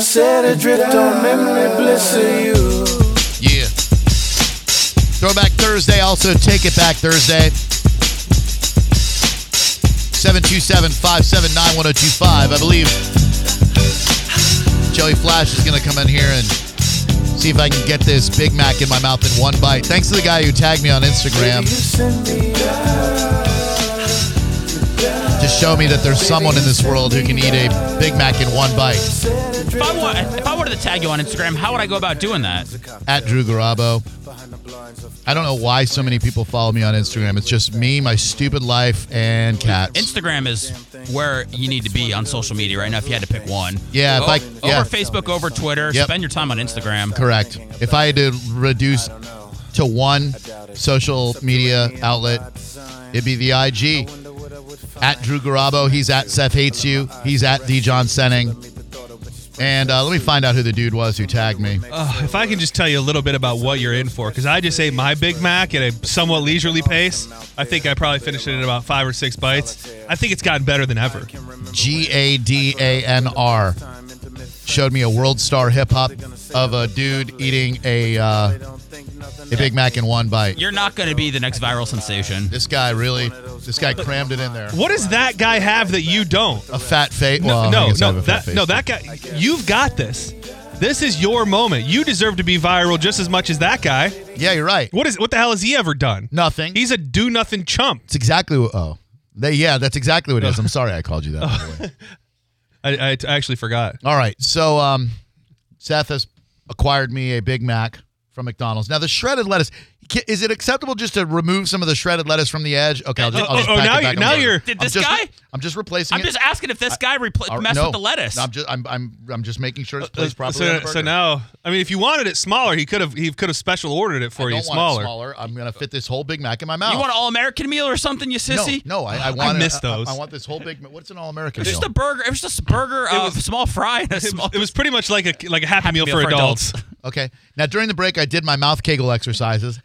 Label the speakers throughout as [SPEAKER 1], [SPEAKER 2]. [SPEAKER 1] Set adrift on memory bliss of you.
[SPEAKER 2] Yeah. Throwback Thursday, also Take It Back Thursday. 727 579 1025. I believe Joey Flash is going to come in here and see if I can get this Big Mac in my mouth in one bite. Thanks to the guy who tagged me on Instagram to show me that there's someone in this world who can eat a Big Mac in one bite.
[SPEAKER 3] If I, wa- if I were to tag you on Instagram, how would I go about doing that?
[SPEAKER 2] at Drew Garabo. I don't know why so many people follow me on Instagram. It's just me, my stupid life, and cats.
[SPEAKER 3] Instagram is where you need to be on social media right now. If you had to pick one,
[SPEAKER 2] Yeah, if
[SPEAKER 4] Oh.
[SPEAKER 3] O-
[SPEAKER 2] I- yeah.
[SPEAKER 3] over Facebook, over Twitter,
[SPEAKER 2] Yep.
[SPEAKER 3] spend your time on Instagram.
[SPEAKER 2] Correct. If I had to reduce to one social media outlet, it'd be the IG. At Drew Garabo, he's at Seth Hates You, he's at D John Senning. And uh, let me find out who the dude was who tagged me.
[SPEAKER 4] Ugh, if I can just tell you a little bit about what you're in for, because I just ate my Big Mac at a somewhat leisurely pace. I think I probably finished it in about five or six bites. I think it's gotten better than ever.
[SPEAKER 2] G A D A N R. Showed me a world star hip hop of a dude eating a uh, a Big Mac in one bite.
[SPEAKER 3] You're not going to be the next viral sensation.
[SPEAKER 2] This guy really, this guy crammed it in there.
[SPEAKER 4] What does that guy have that you don't?
[SPEAKER 2] A fat face.
[SPEAKER 4] No,
[SPEAKER 2] well, I
[SPEAKER 4] no,
[SPEAKER 2] guess I have
[SPEAKER 4] no,
[SPEAKER 2] a fat
[SPEAKER 4] that,
[SPEAKER 2] face,
[SPEAKER 4] no,
[SPEAKER 2] too.
[SPEAKER 4] that guy. You've got this. This is your moment. You deserve to be viral just as much as that guy.
[SPEAKER 2] Yeah, you're right.
[SPEAKER 4] What is? What the hell has he ever done?
[SPEAKER 2] Nothing.
[SPEAKER 4] He's a do nothing chump.
[SPEAKER 2] It's exactly what. Oh, they, yeah, that's exactly what it is. I'm sorry I called you that. by the way.
[SPEAKER 4] I, I t- actually forgot.
[SPEAKER 2] All right, so um, Seth has acquired me a Big Mac from McDonald's. Now the shredded lettuce. ca- Is it acceptable just to remove some of the shredded lettuce from the edge? Okay, I'll just, I'll just
[SPEAKER 4] Oh, oh,
[SPEAKER 2] pack
[SPEAKER 4] now
[SPEAKER 2] it back
[SPEAKER 4] you- now
[SPEAKER 2] up.
[SPEAKER 4] you're-
[SPEAKER 3] Did
[SPEAKER 2] I'm
[SPEAKER 3] this
[SPEAKER 2] just-
[SPEAKER 3] guy-
[SPEAKER 2] I'm just replacing
[SPEAKER 3] I'm
[SPEAKER 2] it.
[SPEAKER 3] just asking if this guy
[SPEAKER 2] All
[SPEAKER 3] repl-
[SPEAKER 2] right,
[SPEAKER 3] messed
[SPEAKER 2] no,
[SPEAKER 3] with the lettuce.
[SPEAKER 2] no, I'm just I'm, I'm I'm just making sure it's
[SPEAKER 4] Uh,
[SPEAKER 2] placed properly. on
[SPEAKER 4] so,
[SPEAKER 2] the
[SPEAKER 4] so
[SPEAKER 2] burger.
[SPEAKER 4] now, I mean, if you wanted it smaller, he could have he could have special ordered it for
[SPEAKER 2] I
[SPEAKER 4] you
[SPEAKER 2] don't want
[SPEAKER 4] smaller.
[SPEAKER 2] it smaller. I'm gonna fit this whole Big Mac in my mouth.
[SPEAKER 3] you want an all American meal or something, you sissy?
[SPEAKER 2] No, no, I, I want.
[SPEAKER 4] miss
[SPEAKER 2] it- I-
[SPEAKER 4] those.
[SPEAKER 2] I, want this whole Big. Mac. What's an all-American?
[SPEAKER 3] Just
[SPEAKER 2] meal?
[SPEAKER 3] a burger. It was just a burger, uh,
[SPEAKER 4] was-
[SPEAKER 3] small fry, and a
[SPEAKER 4] It
[SPEAKER 3] small.
[SPEAKER 4] was, it was pretty much like a like a happy, meal, for, adults.
[SPEAKER 2] Okay. Now during the break, I did my mouth Kegel exercises.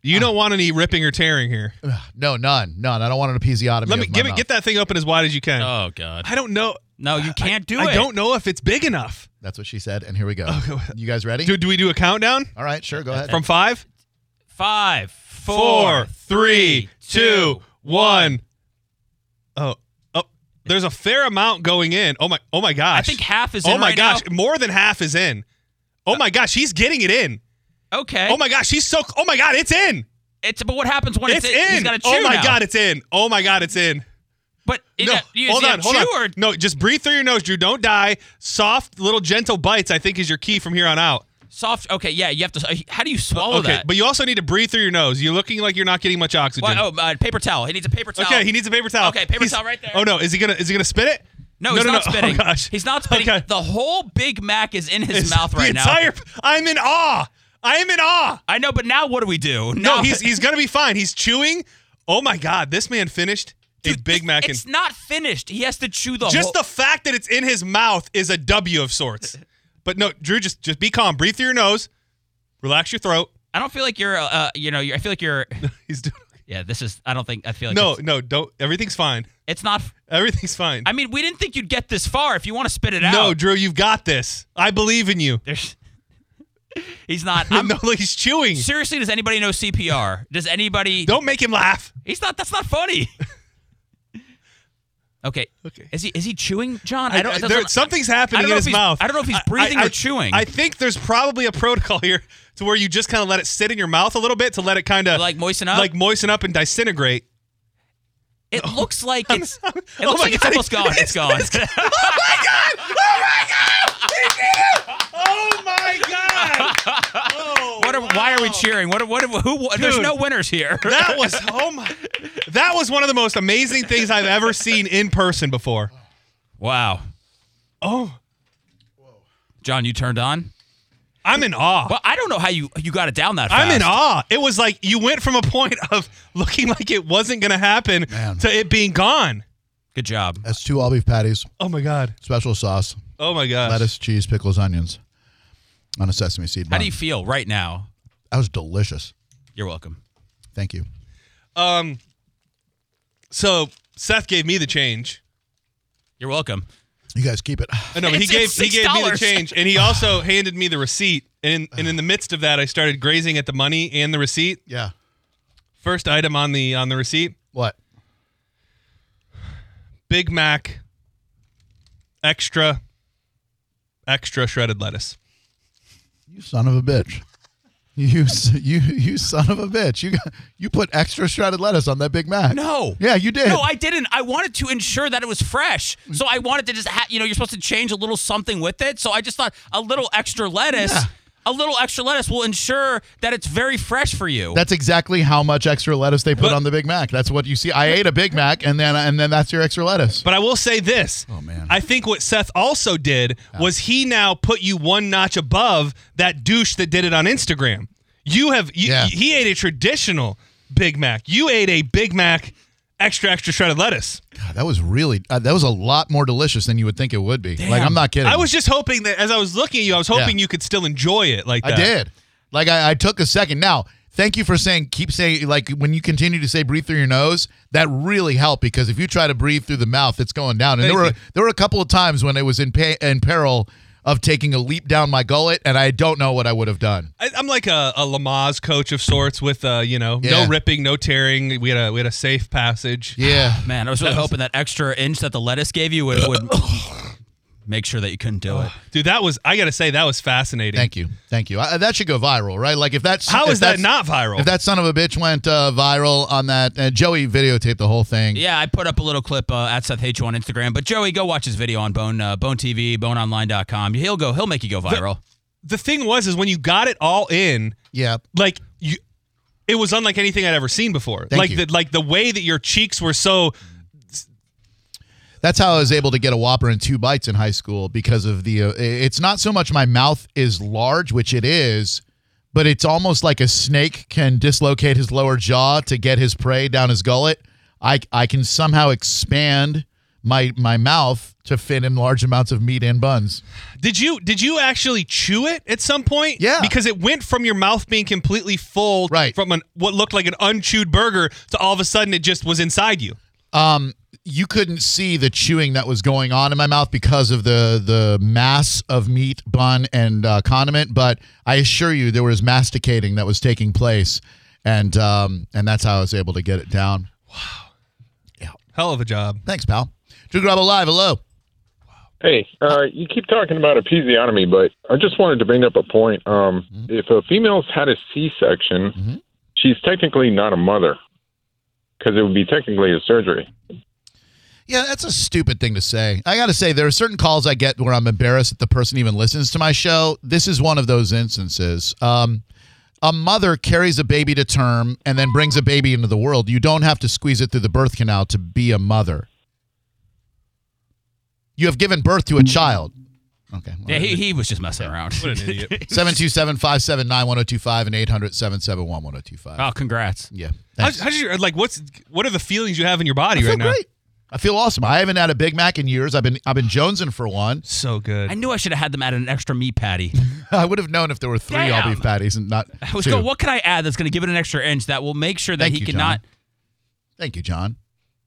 [SPEAKER 4] You don't want any ripping or tearing here.
[SPEAKER 2] No, none, none. I don't want an episiotomy.
[SPEAKER 4] Let me
[SPEAKER 2] of my
[SPEAKER 4] give it,
[SPEAKER 2] mouth.
[SPEAKER 4] get that thing open as wide as you can.
[SPEAKER 3] oh God!
[SPEAKER 4] I don't know.
[SPEAKER 3] No, you can't do it.
[SPEAKER 4] I don't know if it's big enough.
[SPEAKER 2] That's what she said. And here we go. You guys ready?
[SPEAKER 4] Do, do we do a countdown
[SPEAKER 2] All right, sure. Go ahead.
[SPEAKER 4] from five,
[SPEAKER 3] Five,
[SPEAKER 4] four,
[SPEAKER 3] four,
[SPEAKER 4] three, two,
[SPEAKER 3] two,
[SPEAKER 4] one? Oh, oh, there's a fair amount going in. Oh my, oh my gosh.
[SPEAKER 3] I think half is
[SPEAKER 4] Oh
[SPEAKER 3] in
[SPEAKER 4] my
[SPEAKER 3] right
[SPEAKER 4] gosh,
[SPEAKER 3] now.
[SPEAKER 4] more than half is in. Oh my gosh, he's getting it in.
[SPEAKER 3] Okay.
[SPEAKER 4] Oh my gosh, he's so. Oh my god, it's in.
[SPEAKER 3] It's but what happens when
[SPEAKER 4] It's
[SPEAKER 3] it's,
[SPEAKER 4] in.
[SPEAKER 3] He's got to chew
[SPEAKER 4] oh my
[SPEAKER 3] now.
[SPEAKER 4] god, it's in. Oh my god, it's in.
[SPEAKER 3] But it,
[SPEAKER 4] No,
[SPEAKER 3] you,
[SPEAKER 4] hold
[SPEAKER 3] you
[SPEAKER 4] on, hold
[SPEAKER 3] chew Or,
[SPEAKER 4] on. No, just breathe through your nose, Drew. Don't die. Soft, little, gentle bites. I think is your key from here on out.
[SPEAKER 3] Soft. Okay, yeah. You have to. uh, How do you swallow
[SPEAKER 4] Uh, okay,
[SPEAKER 3] that?
[SPEAKER 4] but you also need to breathe through your nose. You're looking like you're not getting much oxygen.
[SPEAKER 3] Why- oh, uh, paper towel. He needs a paper towel.
[SPEAKER 4] Okay, he needs a paper towel.
[SPEAKER 3] Okay, paper towel right there.
[SPEAKER 4] Oh no, is he gonna is he gonna spit it?
[SPEAKER 3] No, he's
[SPEAKER 4] no,
[SPEAKER 3] not
[SPEAKER 4] no.
[SPEAKER 3] spitting.
[SPEAKER 4] Oh gosh,
[SPEAKER 3] He's not spitting.
[SPEAKER 4] Okay.
[SPEAKER 3] The whole Big Mac is in his
[SPEAKER 4] It's-
[SPEAKER 3] mouth right
[SPEAKER 4] the
[SPEAKER 3] now.
[SPEAKER 4] Entire. I'm in awe. I am in awe.
[SPEAKER 3] I know, but now what do we do?
[SPEAKER 4] No,
[SPEAKER 3] Now-
[SPEAKER 4] he's he's gonna be fine. He's chewing. Oh my God, this man finished a
[SPEAKER 3] Dude,
[SPEAKER 4] Big
[SPEAKER 3] this-
[SPEAKER 4] Mac.
[SPEAKER 3] It's
[SPEAKER 4] in-
[SPEAKER 3] not finished. He has to chew the
[SPEAKER 4] just
[SPEAKER 3] whole.
[SPEAKER 4] the fact that it's in his mouth is a W of sorts. But no, Drew, just just be calm. Breathe through your nose. Relax your throat.
[SPEAKER 3] I don't feel like you're. Uh, uh, you know, you're, I feel like you're.
[SPEAKER 4] He's doing.
[SPEAKER 3] Yeah, this is. I don't think. I feel like.
[SPEAKER 4] No,
[SPEAKER 3] it's,
[SPEAKER 4] no, don't. Everything's fine.
[SPEAKER 3] it's not.
[SPEAKER 4] Everything's fine.
[SPEAKER 3] I mean, we didn't think you'd get this far. If you want to spit it out,
[SPEAKER 4] No, Drew, you've got this. I believe in you.
[SPEAKER 3] There's. he's not. I'm,
[SPEAKER 4] no, look, he's chewing.
[SPEAKER 3] Seriously, does anybody know CPR? Does anybody?
[SPEAKER 4] Don't make him laugh.
[SPEAKER 3] He's not. That's not funny. okay.
[SPEAKER 4] Okay.
[SPEAKER 3] Is he is he chewing, John? I don't.
[SPEAKER 4] I-
[SPEAKER 3] that
[SPEAKER 4] there-
[SPEAKER 3] doesn't-
[SPEAKER 4] something's happening
[SPEAKER 3] I don't
[SPEAKER 4] in
[SPEAKER 3] know if
[SPEAKER 4] his
[SPEAKER 3] he's-
[SPEAKER 4] mouth.
[SPEAKER 3] I don't know if he's
[SPEAKER 4] I-
[SPEAKER 3] breathing
[SPEAKER 4] I-
[SPEAKER 3] or chewing.
[SPEAKER 4] I think there's probably a protocol here to where you just kind of let it sit in your mouth a little bit to let it kind of
[SPEAKER 3] Like moisten up?
[SPEAKER 4] like moisten up and disintegrate.
[SPEAKER 3] it looks like it's. It looks
[SPEAKER 4] oh my
[SPEAKER 3] like it's
[SPEAKER 4] God,
[SPEAKER 3] almost gone. It's gone.
[SPEAKER 4] Oh my god! Oh,
[SPEAKER 3] what are, why are we cheering? What? Are, what? Are, who? There's
[SPEAKER 4] Dude.
[SPEAKER 3] no winners here.
[SPEAKER 4] That was oh my! That was one of the most amazing things I've ever seen in person before.
[SPEAKER 3] wow.
[SPEAKER 4] Oh,
[SPEAKER 3] John, you turned on.
[SPEAKER 4] I'm in awe.
[SPEAKER 3] Well, I don't know how you you got it down that fast.
[SPEAKER 4] I'm in awe. It was like you went from a point of looking like it wasn't going to happen
[SPEAKER 2] Man.
[SPEAKER 4] to it being gone.
[SPEAKER 3] Good job.
[SPEAKER 2] That's two all beef patties,
[SPEAKER 4] Oh my god.
[SPEAKER 2] special sauce,
[SPEAKER 4] Oh my god.
[SPEAKER 2] lettuce, cheese, pickles, onions, on a sesame seed bun.
[SPEAKER 3] How do you feel right now?
[SPEAKER 2] that was delicious.
[SPEAKER 3] You're welcome.
[SPEAKER 2] Thank you.
[SPEAKER 4] Um. So Seth gave me the change.
[SPEAKER 3] You're welcome.
[SPEAKER 2] You guys keep it.
[SPEAKER 4] Uh, No, but he
[SPEAKER 3] It's-
[SPEAKER 4] gave
[SPEAKER 3] it's
[SPEAKER 4] he gave me the
[SPEAKER 3] $6.
[SPEAKER 4] change, and he also handed me the receipt. And in, and in the midst of that, I started grazing at the money and the receipt.
[SPEAKER 2] Yeah.
[SPEAKER 4] First item on the on the receipt:
[SPEAKER 2] What?
[SPEAKER 4] Big Mac, extra, extra shredded lettuce.
[SPEAKER 2] You son of a bitch. You s- you you son of a bitch. You got, you put extra shredded lettuce on that Big Mac.
[SPEAKER 3] No.
[SPEAKER 2] Yeah, you did.
[SPEAKER 3] No, I didn't. I wanted to ensure that it was fresh. So I wanted to just, ha- you know, you're supposed to change a little something with it. So I just thought a little extra lettuce,
[SPEAKER 2] Yeah.
[SPEAKER 3] a little extra lettuce will ensure that it's very fresh for you.
[SPEAKER 2] That's exactly how much extra lettuce they put
[SPEAKER 4] But-
[SPEAKER 2] on the Big Mac. That's what you see. I ate a Big Mac and then and then that's your extra lettuce.
[SPEAKER 4] But I will say this.
[SPEAKER 2] Oh, man.
[SPEAKER 4] I think what Seth also did was he now put you one notch above that douche that did it on Instagram. You have you,
[SPEAKER 2] Yeah.
[SPEAKER 4] he ate a traditional Big Mac. You ate a Big Mac extra extra shredded lettuce.
[SPEAKER 2] God, that was really uh, that was a lot more delicious than you would think it would be. Like I'm not kidding.
[SPEAKER 4] I was just hoping that as I was looking at you, I was hoping
[SPEAKER 2] Yeah.
[SPEAKER 4] you could still enjoy it like
[SPEAKER 2] I
[SPEAKER 4] that.
[SPEAKER 2] did. Like I, I took a second. Now, thank you for saying. Keep saying. Like when you continue to say, breathe through your nose. That really helped because if you try to breathe through the mouth, it's going down. And
[SPEAKER 4] Thank
[SPEAKER 2] there were
[SPEAKER 4] you.
[SPEAKER 2] there were a couple of times when it was in pa- in peril of taking a leap down my gullet, and I don't know what I would have done.
[SPEAKER 4] I, I'm like a, a Lamaze coach of sorts with uh, you know,
[SPEAKER 2] Yeah.
[SPEAKER 4] no ripping, no tearing. We had a we had a safe passage.
[SPEAKER 2] Yeah.
[SPEAKER 3] Man, I was really hoping that extra inch that the lettuce gave you would, would make sure that you couldn't do it.
[SPEAKER 4] Dude, that was I gotta say, that was fascinating.
[SPEAKER 2] Thank you. Thank you. I, that should go viral, right? Like if that's
[SPEAKER 4] How
[SPEAKER 2] if
[SPEAKER 4] is that
[SPEAKER 2] that's-
[SPEAKER 4] not viral?
[SPEAKER 2] If that son of a bitch went uh, viral on that, uh, Joey videotaped the whole thing.
[SPEAKER 3] Yeah, I put up a little clip uh, at Seth H on Instagram. But Joey, go watch his video on Bone uh, Bone TV, BoneOnline.com. He'll go. He'll make you go viral.
[SPEAKER 4] the thing was is when you got it all in,
[SPEAKER 2] Yeah.
[SPEAKER 4] like you it was unlike anything I'd ever seen before.
[SPEAKER 2] Thank
[SPEAKER 4] like
[SPEAKER 2] you.
[SPEAKER 4] the like the way that your cheeks were so
[SPEAKER 2] That's how I was able to get a Whopper in two bites in high school because of the. Uh, it's not so much my mouth is large, which it is, but it's almost like a snake can dislocate his lower jaw to get his prey down his gullet. I I can somehow expand my my mouth to fit in large amounts of meat and buns.
[SPEAKER 4] did you did you actually chew it at some point?
[SPEAKER 2] Yeah.
[SPEAKER 4] Because it went from your mouth being completely full
[SPEAKER 2] Right.
[SPEAKER 4] from an, what looked like an unchewed burger to all of a sudden it just was inside you.
[SPEAKER 2] you couldn't see the chewing that was going on in my mouth because of the the mass of meat, bun, and uh, condiment. But I assure you, there was masticating that was taking place, and um, and that's how I was able to get it down.
[SPEAKER 4] Hell of a job.
[SPEAKER 2] Thanks, pal. Drew Grabo live. Hello.
[SPEAKER 5] Hey, uh, you keep talking about episiotomy, but I just wanted to bring up a point. Um,
[SPEAKER 2] Mm-hmm.
[SPEAKER 5] If a female's had a C-section, she's technically not a mother because it would be technically a surgery.
[SPEAKER 2] Yeah, that's a stupid thing to say. I got to say, there are certain calls I get where I'm embarrassed that the person even listens to my show. This is one of those instances. Um, a mother carries a baby to term and then brings a baby into the world. You don't have to squeeze it through the birth canal to be a mother. You have given birth to a child. Okay.
[SPEAKER 3] Yeah, he, he was just messing around.
[SPEAKER 4] What an idiot.
[SPEAKER 2] 727 579 1025 and 800 771 1025.
[SPEAKER 3] Oh, congrats.
[SPEAKER 2] Yeah.
[SPEAKER 4] how,
[SPEAKER 2] Thanks.
[SPEAKER 4] how did you like what's what are the feelings you have in your body
[SPEAKER 2] I feel
[SPEAKER 4] right now?
[SPEAKER 2] great. I feel awesome. I haven't had a Big Mac in years. I've been I've been jonesing for one.
[SPEAKER 4] So good.
[SPEAKER 3] I knew I should have had them add an extra meat patty.
[SPEAKER 2] I would have known if there were three all beef
[SPEAKER 3] Damn.
[SPEAKER 2] patties and not
[SPEAKER 3] I was
[SPEAKER 2] two.
[SPEAKER 3] going, what can I add that's going to give it an extra inch that will make sure that
[SPEAKER 2] Thank
[SPEAKER 3] he
[SPEAKER 2] you,
[SPEAKER 3] can
[SPEAKER 2] John.
[SPEAKER 3] not
[SPEAKER 2] Thank you, John,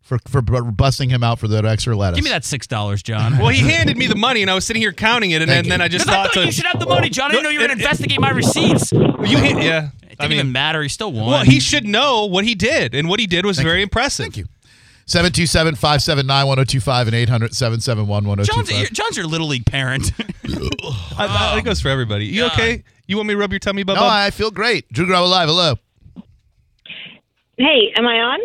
[SPEAKER 2] for for bu- busting him out for that extra lettuce.
[SPEAKER 3] give me that six dollars, John?
[SPEAKER 4] well, he handed me the money and I was sitting here counting it and,
[SPEAKER 2] Thank
[SPEAKER 4] then- then
[SPEAKER 2] you.
[SPEAKER 4] I just
[SPEAKER 3] 'Cause I
[SPEAKER 4] thought
[SPEAKER 3] thought
[SPEAKER 4] to
[SPEAKER 3] you should have the money, John. I didn't know you were going to
[SPEAKER 4] It- it-
[SPEAKER 3] investigate my receipts. It didn't
[SPEAKER 4] you hit yeah. I mean
[SPEAKER 3] even matter. He still won.
[SPEAKER 4] Well, he should know what he did, and what he did was very impressive.
[SPEAKER 2] Thank you. 727 579 1025 and 800 771
[SPEAKER 3] John's, your,
[SPEAKER 2] 1025.
[SPEAKER 3] John's your little league parent.
[SPEAKER 4] I, I, that goes for everybody. You
[SPEAKER 3] God.
[SPEAKER 4] okay? You want me to rub your tummy, Bubba?
[SPEAKER 2] No, I feel great. Drew Grab Live, hello.
[SPEAKER 6] Hey, am I on?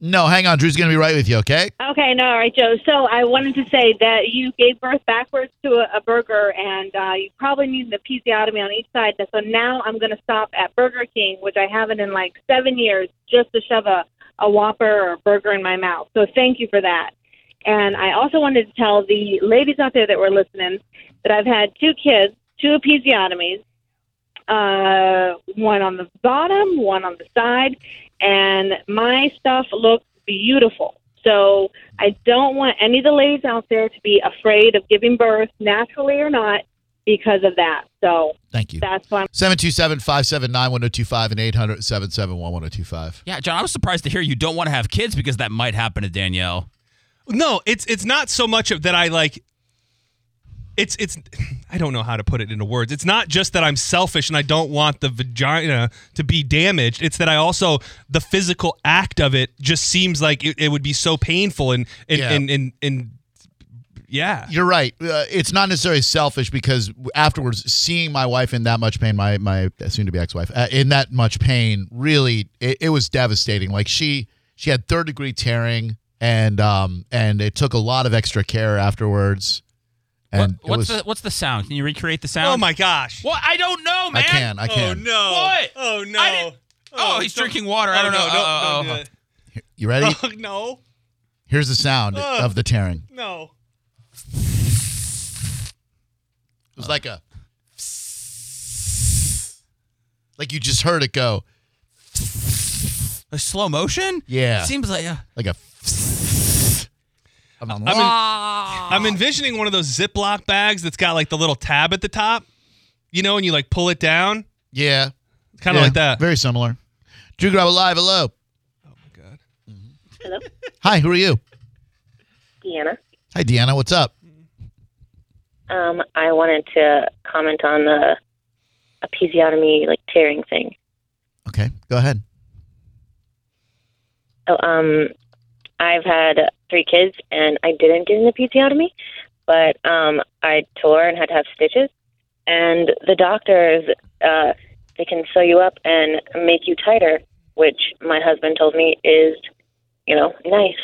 [SPEAKER 2] No, hang on. Drew's going to be right with you, okay?
[SPEAKER 6] Okay, no, all right, Joe. So I wanted to say that you gave birth backwards to a, a burger, and uh, you probably need an episiotomy on each side. So now I'm going to stop at Burger King, which I haven't in like seven years, just to shove a, a Whopper or a burger in my mouth. So thank you for that. And I also wanted to tell the ladies out there that were listening that I've had two kids, two episiotomies, uh, one on the bottom, one on the side, and my stuff looks beautiful. So I don't want any of the ladies out there to be afraid of giving birth, naturally or not, because of that. So
[SPEAKER 2] Thank you.
[SPEAKER 6] that's why I'm
[SPEAKER 2] 727 579 1025 and 800 771 1025.
[SPEAKER 3] yeah, John, I was surprised to hear you don't want to have kids because that might happen to Danielle.
[SPEAKER 4] No, it's it's not so much of that I like it's it's I don't know how to put it into words. It's not just that I'm selfish and I don't want the vagina to be damaged. It's that I also the physical act of it just seems like it, it would be so painful and and
[SPEAKER 2] Yeah.
[SPEAKER 4] and, and, and yeah.
[SPEAKER 2] You're right. Uh, it's not necessarily selfish because afterwards, seeing my wife in that much pain, my my soon-to-be ex-wife uh, in that much pain, really, it, it was devastating. Like she she had third-degree tearing, and um and it took a lot of extra care afterwards. And
[SPEAKER 3] What- what's
[SPEAKER 2] it was,
[SPEAKER 3] the what's the sound? Can you recreate the sound?
[SPEAKER 4] Oh my gosh.
[SPEAKER 3] What? I don't know, man.
[SPEAKER 2] can, I can.
[SPEAKER 4] Oh no.
[SPEAKER 3] What?
[SPEAKER 4] Oh no.
[SPEAKER 3] I didn't- Oh, he's
[SPEAKER 4] don't-
[SPEAKER 3] drinking water. I
[SPEAKER 4] Oh,
[SPEAKER 3] don't know.
[SPEAKER 4] no,
[SPEAKER 3] Uh,
[SPEAKER 4] don't-
[SPEAKER 3] uh,
[SPEAKER 4] don't do
[SPEAKER 2] you ready?
[SPEAKER 3] Oh.
[SPEAKER 4] it. Oh, no.
[SPEAKER 2] Here's the sound
[SPEAKER 4] Ugh.
[SPEAKER 2] of the tearing.
[SPEAKER 4] No.
[SPEAKER 2] It
[SPEAKER 3] Oh.
[SPEAKER 2] was like a like you just heard it go.
[SPEAKER 3] A slow motion?
[SPEAKER 2] Yeah.
[SPEAKER 3] Seems like uh,
[SPEAKER 2] like a. I'm on
[SPEAKER 4] I'm, en- I'm envisioning one of those Ziploc bags that's got like the little tab at the top, you know, and you like pull it down,
[SPEAKER 2] yeah,
[SPEAKER 4] kind of
[SPEAKER 2] yeah,
[SPEAKER 4] like that.
[SPEAKER 2] Very similar. Drew Grab live. Hello. Mm-hmm.
[SPEAKER 4] God.
[SPEAKER 7] Hello,
[SPEAKER 2] Hi. Who are you?
[SPEAKER 7] Deanna.
[SPEAKER 2] Hi, Deanna. What's up?
[SPEAKER 7] Um, I wanted to comment on the episiotomy, like tearing thing.
[SPEAKER 2] Okay, go ahead.
[SPEAKER 7] Oh, um, I've had three kids, and I didn't get an episiotomy, but um, I tore and had to have stitches. And the doctors, uh, they can sew you up and make you tighter, which my husband told me is, you know, nice.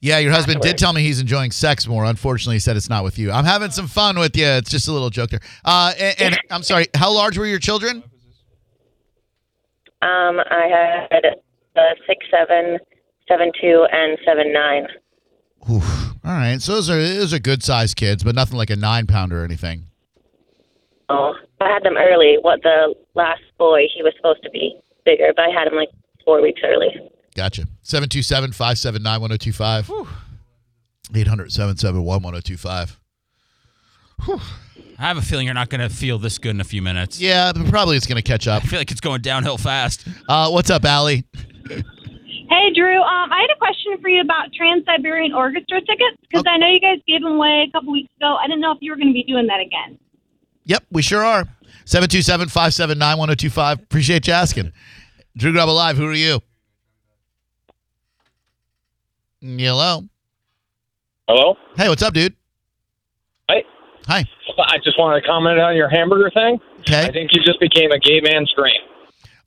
[SPEAKER 2] Yeah, your husband did
[SPEAKER 7] Afterwards.
[SPEAKER 2] tell me he's enjoying sex more. Unfortunately, he said it's not with you. I'm having some fun with you. It's just a little joke there. Uh, and, and I'm sorry. How large were your children?
[SPEAKER 7] Um, I had the six, seven, seven, two, and seven, nine.
[SPEAKER 2] Oof. All right. So those are those are good sized kids, but nothing like a nine pounder or anything.
[SPEAKER 7] Oh, I had them early. What the last boy, he was supposed to be bigger, but I had him like four weeks early.
[SPEAKER 2] Gotcha. 727 579 1025. 800 771 1025.
[SPEAKER 3] I have a feeling you're not gonna feel this good in a few minutes.
[SPEAKER 2] Yeah, but probably it's going to catch up.
[SPEAKER 3] I feel like it's going downhill fast.
[SPEAKER 2] Uh, what's up, Allie?
[SPEAKER 6] Hey, Drew. Um, I had a question for you about Trans Siberian Orchestra tickets because I know you guys gave them away a couple weeks ago. I didn't know if you were going to be doing that again.
[SPEAKER 2] Yep, we sure are. 727 579 1025. Appreciate you asking. Drew Grubb Alive, who are you? Hello.
[SPEAKER 5] Hello?
[SPEAKER 2] Hey, what's up, dude?
[SPEAKER 5] Hey.
[SPEAKER 2] Hi.
[SPEAKER 5] I just wanted to comment on your hamburger thing. I
[SPEAKER 2] Okay.
[SPEAKER 5] think you just became a gay man's dream.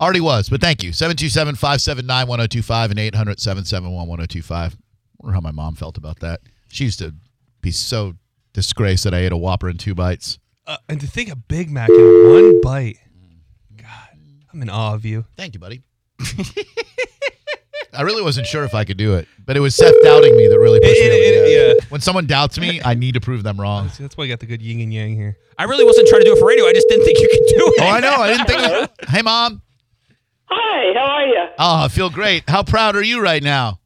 [SPEAKER 2] Already was, but thank you. 727 579 1025 and 800 771 1025. wonder how my mom felt about that. She used to be so disgraced that I ate a Whopper in two bites.
[SPEAKER 4] Uh, and to think a Big Mac in one bite. God, I'm in awe of you.
[SPEAKER 2] Thank you, buddy. I really wasn't sure if I could do it, but it was Seth doubting me that really pushed
[SPEAKER 4] It-
[SPEAKER 2] me.
[SPEAKER 4] it-
[SPEAKER 2] over the
[SPEAKER 4] it-
[SPEAKER 2] edge. When someone doubts me, I need to prove them wrong.
[SPEAKER 4] See, that's why I got the good yin and yang here.
[SPEAKER 3] I really wasn't trying to do it for radio. I just didn't think you could do it.
[SPEAKER 2] Oh, I know. I didn't think. Hey, mom.
[SPEAKER 8] Hi, how are you?
[SPEAKER 2] Oh, I feel great. How proud are you right now?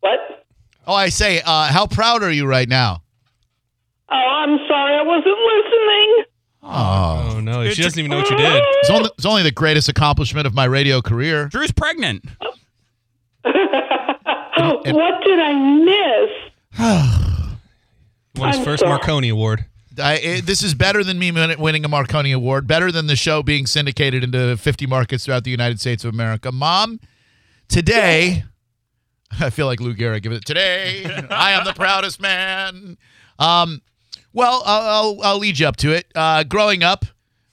[SPEAKER 8] What?
[SPEAKER 2] Oh, I say, uh, how proud are you right now?
[SPEAKER 8] Oh, I'm sorry, I wasn't listening.
[SPEAKER 2] Oh,
[SPEAKER 4] Oh no, she doesn't even know what you did.
[SPEAKER 2] it's only, it's only the greatest accomplishment of my radio career.
[SPEAKER 3] Drew's pregnant.
[SPEAKER 8] what did I miss?
[SPEAKER 4] Won his
[SPEAKER 8] I'm
[SPEAKER 4] first
[SPEAKER 8] sorry.
[SPEAKER 4] Marconi Award.
[SPEAKER 2] I, it, this is better than me win- winning a Marconi Award, better than the show being syndicated into 50 markets throughout the United States of America. Mom, today, I feel like Lou Gehrig. Give it today. I am the proudest man. Um, well, I'll, I'll, I'll lead you up to it. Uh, growing up,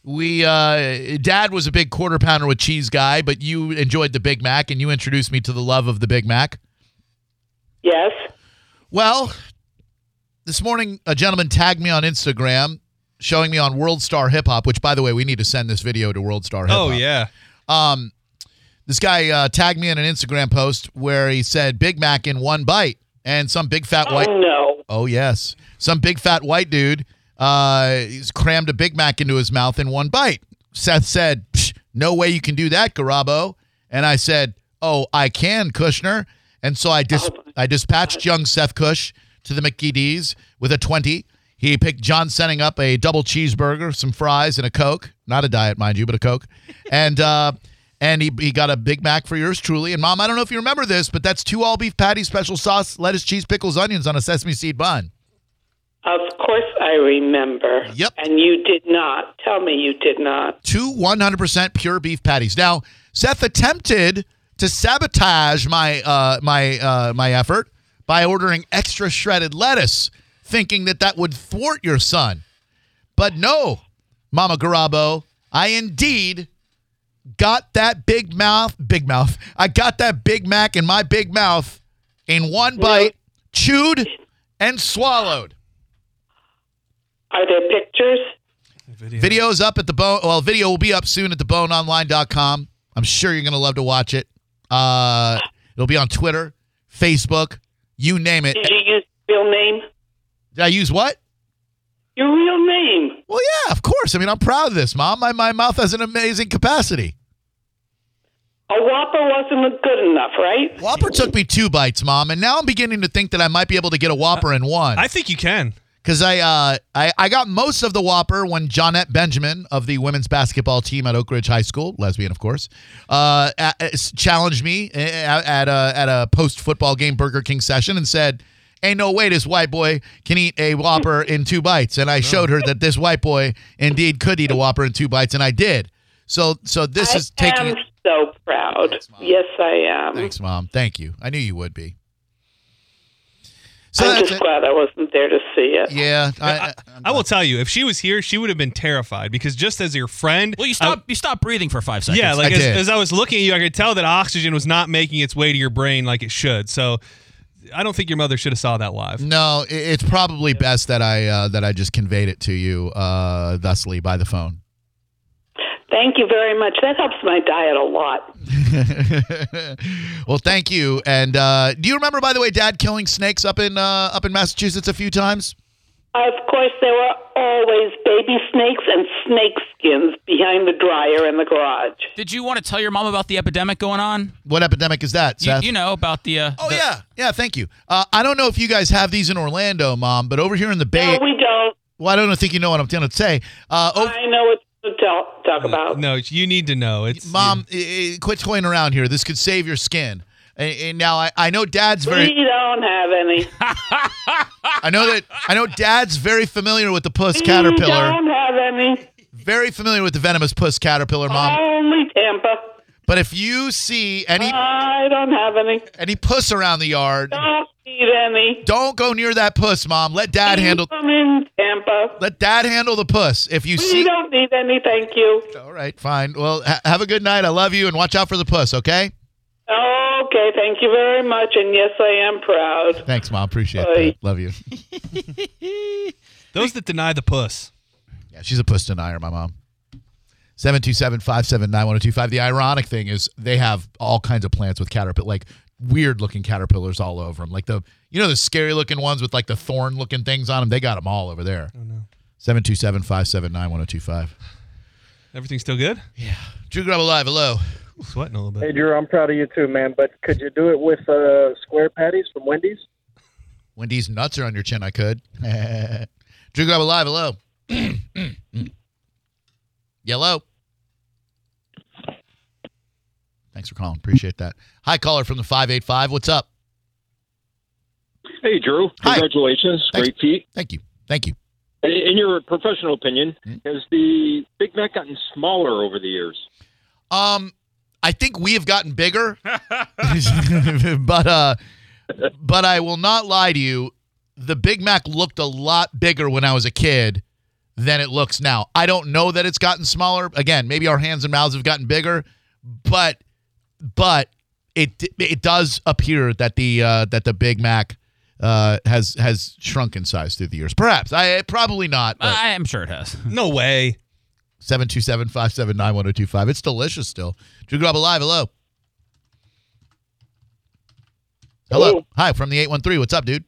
[SPEAKER 2] we uh, dad was a big quarter pounder with cheese guy, but you enjoyed the Big Mac, and you introduced me to the love of the Big Mac.
[SPEAKER 8] Yes.
[SPEAKER 2] Well, this morning a gentleman tagged me on Instagram showing me on World Star Hip Hop, which by the way, we need to send this video to World Star Hip Hop.
[SPEAKER 4] Oh yeah.
[SPEAKER 2] Um this guy uh, tagged me in an Instagram post where he said Big Mac in one bite and some big fat white
[SPEAKER 8] Oh, no.
[SPEAKER 2] Oh yes. Some big fat white dude uh he's crammed a Big Mac into his mouth in one bite. Seth said, "Psh, "No way you can do that, Garabo." And I said, "Oh, I can, Kushner." And so I dis-
[SPEAKER 8] Oh,
[SPEAKER 2] I dispatched young Seth Kush to the McD's with a 20. He picked John Senning up a double cheeseburger, some fries, and a Coke. Not a diet, mind you, but a Coke. And uh, and he, he got a Big Mac for yours truly. And mom, I don't know if you remember this, but that's two all beef patties, special sauce, lettuce, cheese, pickles, onions on a sesame seed bun.
[SPEAKER 8] Of course I remember.
[SPEAKER 2] Yep.
[SPEAKER 8] And you did not. Tell me you did not.
[SPEAKER 2] Two 100% pure beef patties. Now, Seth attempted to sabotage my uh, my uh, my effort by ordering extra shredded lettuce, thinking that that would thwart your son. But no, Mama Garabo, I indeed got that big mouth, big mouth. I got that Big Mac in my big mouth in one bite, chewed and swallowed.
[SPEAKER 8] Are there pictures?
[SPEAKER 2] Video's up at the bone. Well, video will be up soon at theboneonline.com. I'm sure you're going to love to watch it. Uh, it'll be on Twitter, Facebook, you name it.
[SPEAKER 8] Did you use real name?
[SPEAKER 2] Did I use what?
[SPEAKER 8] Your real name.
[SPEAKER 2] Well, yeah, of course. I mean, I'm proud of this, Mom. My, my mouth has an amazing capacity.
[SPEAKER 8] A whopper wasn't good enough, right?
[SPEAKER 2] Whopper took me two bites, Mom, and now I'm beginning to think that I might be able to get a Whopper in one.
[SPEAKER 4] I think you can.
[SPEAKER 2] Because I, uh, I I got most of the Whopper when Johnette Benjamin of the women's basketball team at Oak Ridge High School, lesbian of course, uh, a- a- s- challenged me a- a- at a at a post football game Burger King session and said, "Ain't no way this white boy can eat a Whopper in two bites." And I showed her that this white boy indeed could eat a Whopper in two bites, and I did. So so this
[SPEAKER 8] I
[SPEAKER 2] is
[SPEAKER 8] am
[SPEAKER 2] taking.
[SPEAKER 8] so proud. yes, I am.
[SPEAKER 2] Thanks, Mom. Thank you. I knew you would be. So
[SPEAKER 8] I'm
[SPEAKER 2] that's
[SPEAKER 8] just
[SPEAKER 2] it.
[SPEAKER 8] glad I wasn't there to see it.
[SPEAKER 2] Yeah, I,
[SPEAKER 4] I will tell you, if she was here, she would have been terrified because just as your friend,
[SPEAKER 3] Well, you stop. you stop breathing for five seconds.
[SPEAKER 4] yeah, like
[SPEAKER 2] I
[SPEAKER 4] as,
[SPEAKER 2] did.
[SPEAKER 4] as I was looking at you, I could tell that oxygen was not making its way to your brain like it should. So, I don't think your mother should have saw that live.
[SPEAKER 2] No, i- it's probably best that I uh, that I just conveyed it to you uh, thusly by the phone.
[SPEAKER 8] Thank you very much. That helps my diet a lot.
[SPEAKER 2] well, thank you. And uh, do you remember, by the way, Dad killing snakes up in uh, up in Massachusetts a few times?
[SPEAKER 8] Of course, there were always baby snakes and snake skins behind the dryer in the garage.
[SPEAKER 3] Did you want to tell your mom about the epidemic going on?
[SPEAKER 2] What epidemic is that,
[SPEAKER 3] You,
[SPEAKER 2] Seth?
[SPEAKER 3] you know about the. Uh,
[SPEAKER 2] oh
[SPEAKER 3] the-
[SPEAKER 2] yeah, yeah. Thank you. Uh, I don't know if you guys have these in Orlando, Mom, but over here in the Bay,
[SPEAKER 8] no, we don't.
[SPEAKER 2] well, I don't think you know what I'm going to say. Uh, oh,
[SPEAKER 8] I know what to tell, talk about.
[SPEAKER 4] No, you need to know. It's
[SPEAKER 2] Mom, i- i- quit toying around here. This could save your skin. And, and now I, I know Dad's very.
[SPEAKER 8] We don't have any.
[SPEAKER 2] I know that I know Dad's very familiar with the puss
[SPEAKER 8] We
[SPEAKER 2] caterpillar,
[SPEAKER 8] don't have any.
[SPEAKER 2] very familiar with the venomous puss caterpillar, Mom.
[SPEAKER 8] Only Tampa. Uh,
[SPEAKER 2] But if you see any
[SPEAKER 8] I don't have any.
[SPEAKER 2] any puss around the yard,
[SPEAKER 8] Don't need any.
[SPEAKER 2] don't go near that puss, Mom. Let Dad handle.
[SPEAKER 8] I'm in Tampa.
[SPEAKER 2] Let Dad handle the puss. If you
[SPEAKER 8] We
[SPEAKER 2] see,
[SPEAKER 8] don't need any. Thank you.
[SPEAKER 2] all right, fine. Well, ha- have a good night. I love you, and watch out for the puss. Okay.
[SPEAKER 8] Okay, thank you very much. And yes, I am proud.
[SPEAKER 2] Thanks, Mom. Appreciate
[SPEAKER 8] Bye.
[SPEAKER 2] that. Love you.
[SPEAKER 4] those that deny the puss.
[SPEAKER 2] Yeah, she's a puss denier, my mom. 727-579-1025. The ironic thing is they have all kinds of plants with caterpillar, like weird looking caterpillars all over them. Like the, you know, the scary looking ones with like the thorn looking things on them. They got them all over there. Oh no. 727-579-1025.
[SPEAKER 4] Everything's still good.
[SPEAKER 2] Drew Grub Alive, hello.
[SPEAKER 4] Sweating a little
[SPEAKER 9] Hey
[SPEAKER 4] bit.
[SPEAKER 9] Drew, I'm proud of you too, man. But could you do it with uh, square patties from Wendy's?
[SPEAKER 2] When these nuts are on your chin, I could. Drew Grub Alive, hello. Yellow. Thanks for calling. Appreciate that. Hi, caller from the 585. What's up?
[SPEAKER 10] Hey, Drew.
[SPEAKER 2] Hi.
[SPEAKER 10] Congratulations.
[SPEAKER 2] Thanks.
[SPEAKER 10] Great feat.
[SPEAKER 2] Thank you. Thank you.
[SPEAKER 10] In- In your professional opinion,
[SPEAKER 2] Mm-hmm.
[SPEAKER 10] has the Big Mac gotten smaller over the years?
[SPEAKER 2] Um, I think we have gotten bigger, but uh, but I will not lie to you. The Big Mac looked a lot bigger when I was a kid than it looks now. I don't know that it's gotten smaller. Again, maybe our hands and mouths have gotten bigger, but but it it does appear that the uh, that the Big Mac uh, has has shrunk in size through the years. Perhaps I probably not. But.
[SPEAKER 3] I am sure it has.
[SPEAKER 4] No way.
[SPEAKER 2] 727-579-1025. It's delicious still. Drew Grub Alive, hello. Hello.
[SPEAKER 9] Hello.
[SPEAKER 2] Hi, from the 813. What's up, dude?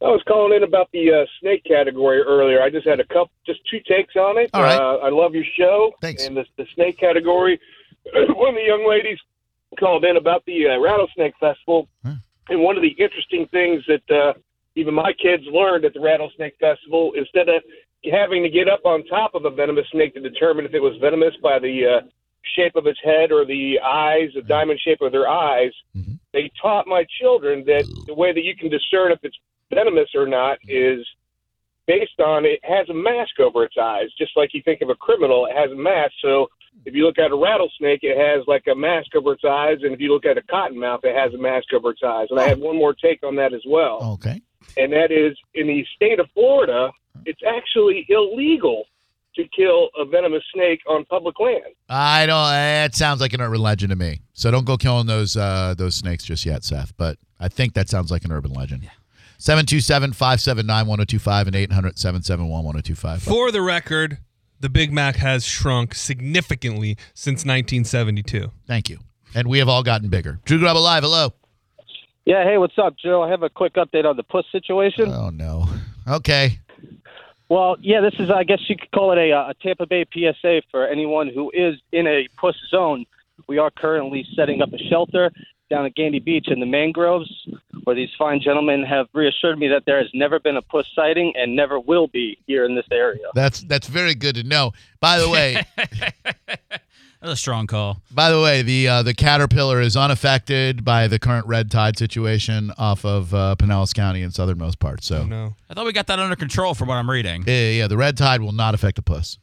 [SPEAKER 9] I was calling in about the uh, snake category earlier. I just had a couple, just two takes on it.
[SPEAKER 2] All right.
[SPEAKER 9] Uh, I love your show.
[SPEAKER 2] Thanks.
[SPEAKER 9] And the, the snake category. one of the young ladies called in about the uh, rattlesnake festival,
[SPEAKER 2] Huh.
[SPEAKER 9] and one of the interesting things that uh, even my kids learned at the rattlesnake festival, instead of having to get up on top of a venomous snake to determine if it was venomous by the uh,
[SPEAKER 7] shape of his head or the eyes, the diamond shape of their eyes. They taught my children that the way that you can discern if it's venomous or not is based on it has a mask over its eyes, just like you think of a criminal, it has a mask. So if you look at a rattlesnake, it has like a mask over its eyes, and if you look at a cottonmouth, it has a mask over its eyes. And I have one more take on that as well
[SPEAKER 2] Okay.
[SPEAKER 7] and that is in the state of Florida, it's actually illegal to kill a venomous snake on public land.
[SPEAKER 2] I don't. That sounds like an urban legend to me. So don't go killing those uh, those snakes just yet, Seth. But I think that sounds like an urban legend. 727 579 1025 and 800 771 1025.
[SPEAKER 4] For the record, the Big Mac has shrunk significantly since 1972.
[SPEAKER 2] Thank you. And we have all gotten bigger. Drew Grub Alive, hello.
[SPEAKER 9] Yeah, hey, what's up, Joe? I have a quick update on the puss situation.
[SPEAKER 2] Oh, no. Okay.
[SPEAKER 9] Well, yeah, this is, I guess you could call it a, uh, a Tampa Bay PSA for anyone who is in a puss zone. We are currently setting up a shelter down at Gandy Beach in the mangroves, where these fine gentlemen have reassured me that there has never been a puss sighting and never will be here in this area.
[SPEAKER 2] That's that's very good to know. By the way,
[SPEAKER 3] That's a strong call.
[SPEAKER 2] by the way, the uh, the caterpillar is unaffected by the current red tide situation off of uh, Pinellas County in southernmost part. So
[SPEAKER 4] No.
[SPEAKER 3] I thought we got that under control from what I'm reading.
[SPEAKER 2] Yeah, yeah, yeah. The red tide will not affect a puss.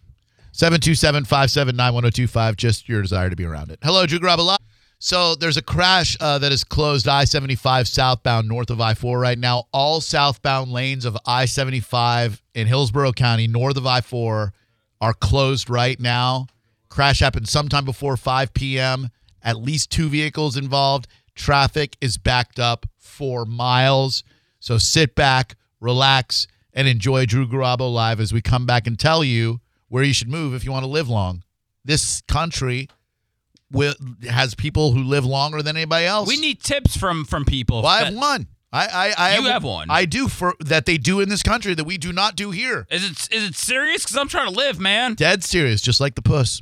[SPEAKER 2] 727 579 1025, just your desire to be around it. Hello, Drew Garabala. So there's a crash uh, that has closed I 75 southbound north of I 4 right now. All southbound lanes of I 75 in Hillsborough County, north of I 4, are closed right now. Crash happened sometime before 5 p.m. At least two vehicles involved. Traffic is backed up for miles. So sit back, relax, and enjoy Drew Garabo live as we come back and tell you where you should move if you want to live long. This country will, has people who live longer than anybody else.
[SPEAKER 3] We need tips from from people.
[SPEAKER 2] Well, I
[SPEAKER 3] That-
[SPEAKER 2] have one. I, I, I
[SPEAKER 3] You have one.
[SPEAKER 2] I do for that they do in this country that we do not do here.
[SPEAKER 3] Is it is it serious? Because I'm trying to live, man.
[SPEAKER 2] Dead serious, just like the puss.